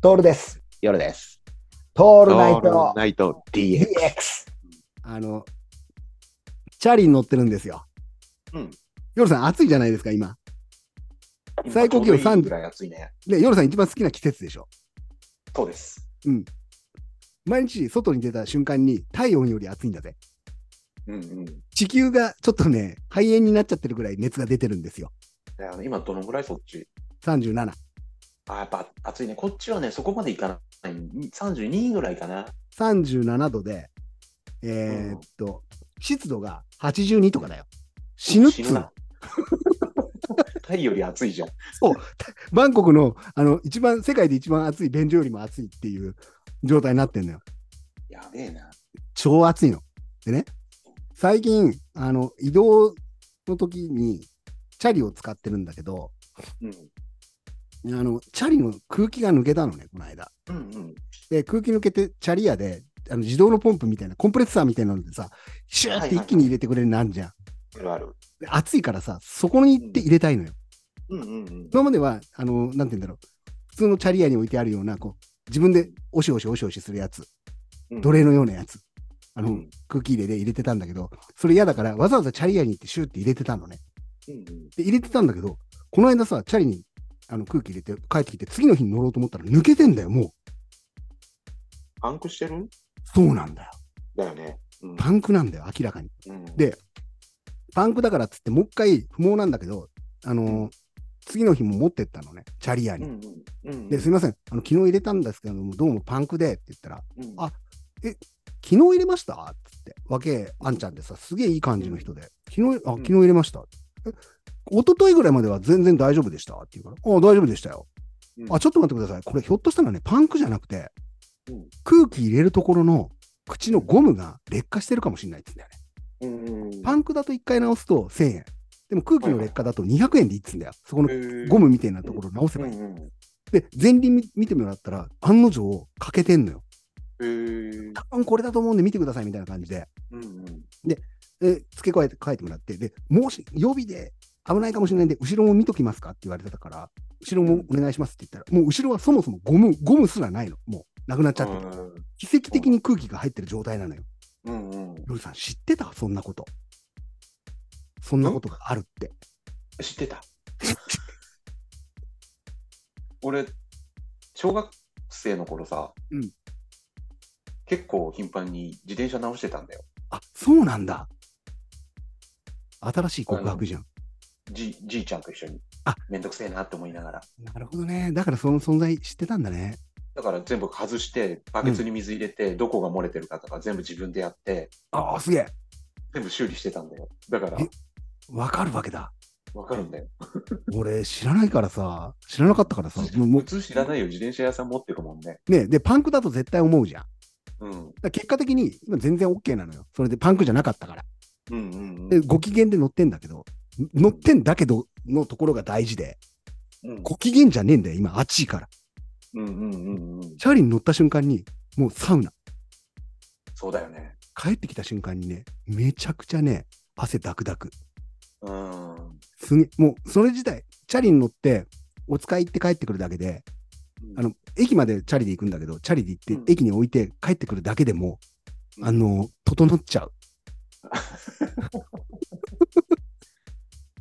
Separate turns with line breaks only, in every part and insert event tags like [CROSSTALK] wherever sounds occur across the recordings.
トールです。
夜です。
ト
オ
ールナイト
ナイト DX。
DX。
あの、チャリに乗ってるんですよ。
うん。
夜さん、暑いじゃないですか、今。最高気温
今ちょう
30
どいいぐらい暑いね。
で、夜さん一番好きな季節でしょ。
そうです。
毎日外に出た瞬間に体温より暑いんだぜ。
うんうん。
地球がちょっとね、肺炎になっちゃってるぐらい熱が出てるんですよ。
であの今どのぐらいそっち
37。
あやっぱ暑いね。こっちはね、そこまでいかない。32ぐらいかな。
37度で、えーっと、湿度が82とかだよ。死ぬっつうの
な。 [LAUGHS] 太陽より暑いじゃん。
[LAUGHS] バンコクの、あの、一番、世界で一番暑い便所よりも暑いっていう状態になってんのよ。
やべえな。
超暑いの。でね、最近、あの、移動の時に、チャリを使ってるんだけど、
うん。
あの、チャリの空気が抜けたのね、この間。
うんうん。
で、空気抜けて、チャリ屋で、あの自動のポンプみたいな、コンプレッサーみたいなのでさ、シューって一気に入れてくれるのあんじゃん。
あるある。
で暑いからさ、そこに行って入れたいのよ。
うんうんうん。
今までは、あの、なんて言うんだろう、普通のチャリ屋に置いてあるような、こう、自分でおしおしおしおしするやつ、
うん
奴隷のようなやつ、あ
う
の、
ん
空気入れで入れてたんだけど、それ嫌だから、わざわざチャリ屋に行ってシューって入れてたのね。
うん
で、入れてたんだけど、この間さ、チャリにあの空気入れて帰ってきて、次の日に乗ろうと思ったら抜けてんだよ、もう。
パンクしてる
そうなんだよ。
だよね。うん
パンクなんだよ、明らかに。
うん
でパンクだからっつって、もう一回不毛なんだけど、あのー次の日も持ってったのね、チャリ屋
う
に。
んうんうん
で、すいません、あの昨日入れたんですけども、どうもパンクでって言ったら、
うん
あ昨日入れましたっつって、わけあんちゃんでさ、すげえいい感じの人で、昨日、あ、
うん
昨日入れました。え一昨日ぐらいまでは全然大丈夫でしたって言うから、あ大丈夫でしたよ。
うん
あ、ちょっと待ってください。これひょっとしたらね、パンクじゃなくて、
うん
空気入れるところの口のゴムが劣化してるかもしれないって言うんだよね。
うんうんうん
パンクだと1回直すと1000円。でも空気の劣化だと200円でいいっつうんだよ。そこの
へー
ゴムみたいなところ直せばいい。
うんうん
で、前輪み見てもらったら、案の定欠けてんのよ。
へー
多分これだと思うんで見てくださいみたいな感じで。
うんうん
え付け加えて書いてもらって、で、もし予備で危ないかもしれないんで、後ろも見ときますかって言われてたから、後ろもお願いしますって言ったら、もう後ろはそもそもゴム、ゴムすらないの。もう、なくなっちゃってる。奇跡的に空気が入ってる状態なのよ。
うんうん
ヨルさん、知ってたそんなこと。そんなことがあるって。
知っ
[LAUGHS]
てた俺小学生の頃さ、
うん
結構頻繁に自転車直してたんだよ
あ、そうなんだ。新しい告白じゃん。
じじいちゃんと一緒に
あ
めんどくせえなって思いながら
なるほどね。だからその存在知ってたんだね。
だから全部外してバケツに水入れて、どこが漏れてるかとか全部自分でやって
ああ、すげえ。
全部修理してたんだよだから
えわかるわけだ。
わかるんだよ
俺、知らないからさ、知らなかったからさ、もうも
普通知らないよ自転車屋さん持ってるもんね
うね、で、パンクだと絶対思うじゃん。
うん
だから結果的に今全然 OK なのよ。それでパンクじゃなかったから。
うんうん
で、ご機嫌で乗ってんだけど、ん乗ってんだけどのところが大事で、
うん
ご機嫌じゃねえんだよ、今、暑いから。
うんうんうんうん
チャリに乗った瞬間に、もうサウナ。
そうだよね
帰ってきた瞬間にね、めちゃくちゃね、汗ダクダク。
うん
すげえもうそれ自体、チャリに乗って、お使い行って帰ってくるだけで、あの、駅までチャリで行くんだけど、チャリで行って、
うん
駅に置いて帰ってくるだけでも、
うん
あの、整っちゃう。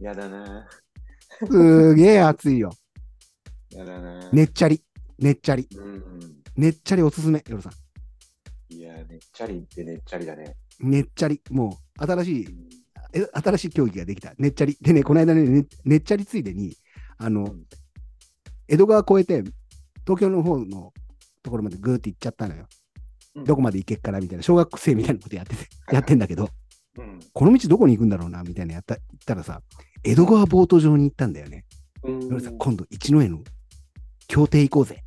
やだな
すげえ暑
[LAUGHS]
いよ。
やだな
ねっちゃり。ねっちゃり。
うんうん
ねっちゃりおすすめ、夜さん。
いやねっちゃりってねっちゃりだね
ねっちゃり、もう新しい、え新しい競技ができた、ねっちゃり。でね、この間ね、ねねっちゃりついでに、あの、
うん
江戸川越えて、東京の方のところまでぐーって行っちゃったのよ。
うん
どこまで行けっからみたいな、小学生みたいなことやってて、やってんだけど、
うん
この道どこに行くんだろうな、みたいなやった、行ったらさ、江戸川ボート場に行ったんだよね。
うん
夜さん、今度、一之江の協定行こうぜ。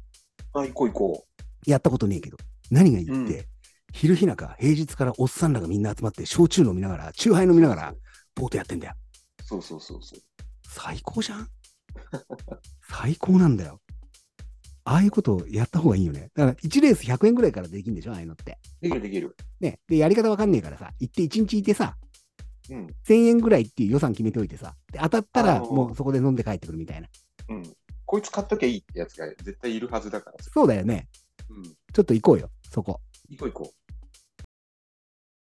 あ行こう行こ
やったことねえけど、何がいいって、
うん
昼日中、平日からおっさんらがみんな集まって、焼酎飲みながら、チューハイ飲みながら、ボートやってんだよ。
うそうそうそうそう
最高
[LAUGHS]
じゃん最高なんだよ。ああいうことをやった方がいいよね。だから1レース100円ぐらいからできるんでしょああいうのって。
できるできる
ね。で、やり方わかんねえからさ、行って1日いてさ、
うん
1000円ぐらいっていう予算決めておいてさ、で当たった
あ
ら
のー
もうそこで飲んで帰ってくるみたいな。
うんこいつ買っときゃいいってやつが絶対いるはずだから。
そうだよね。
うん。
ちょっと行こうよ、そこ。
行こう行こ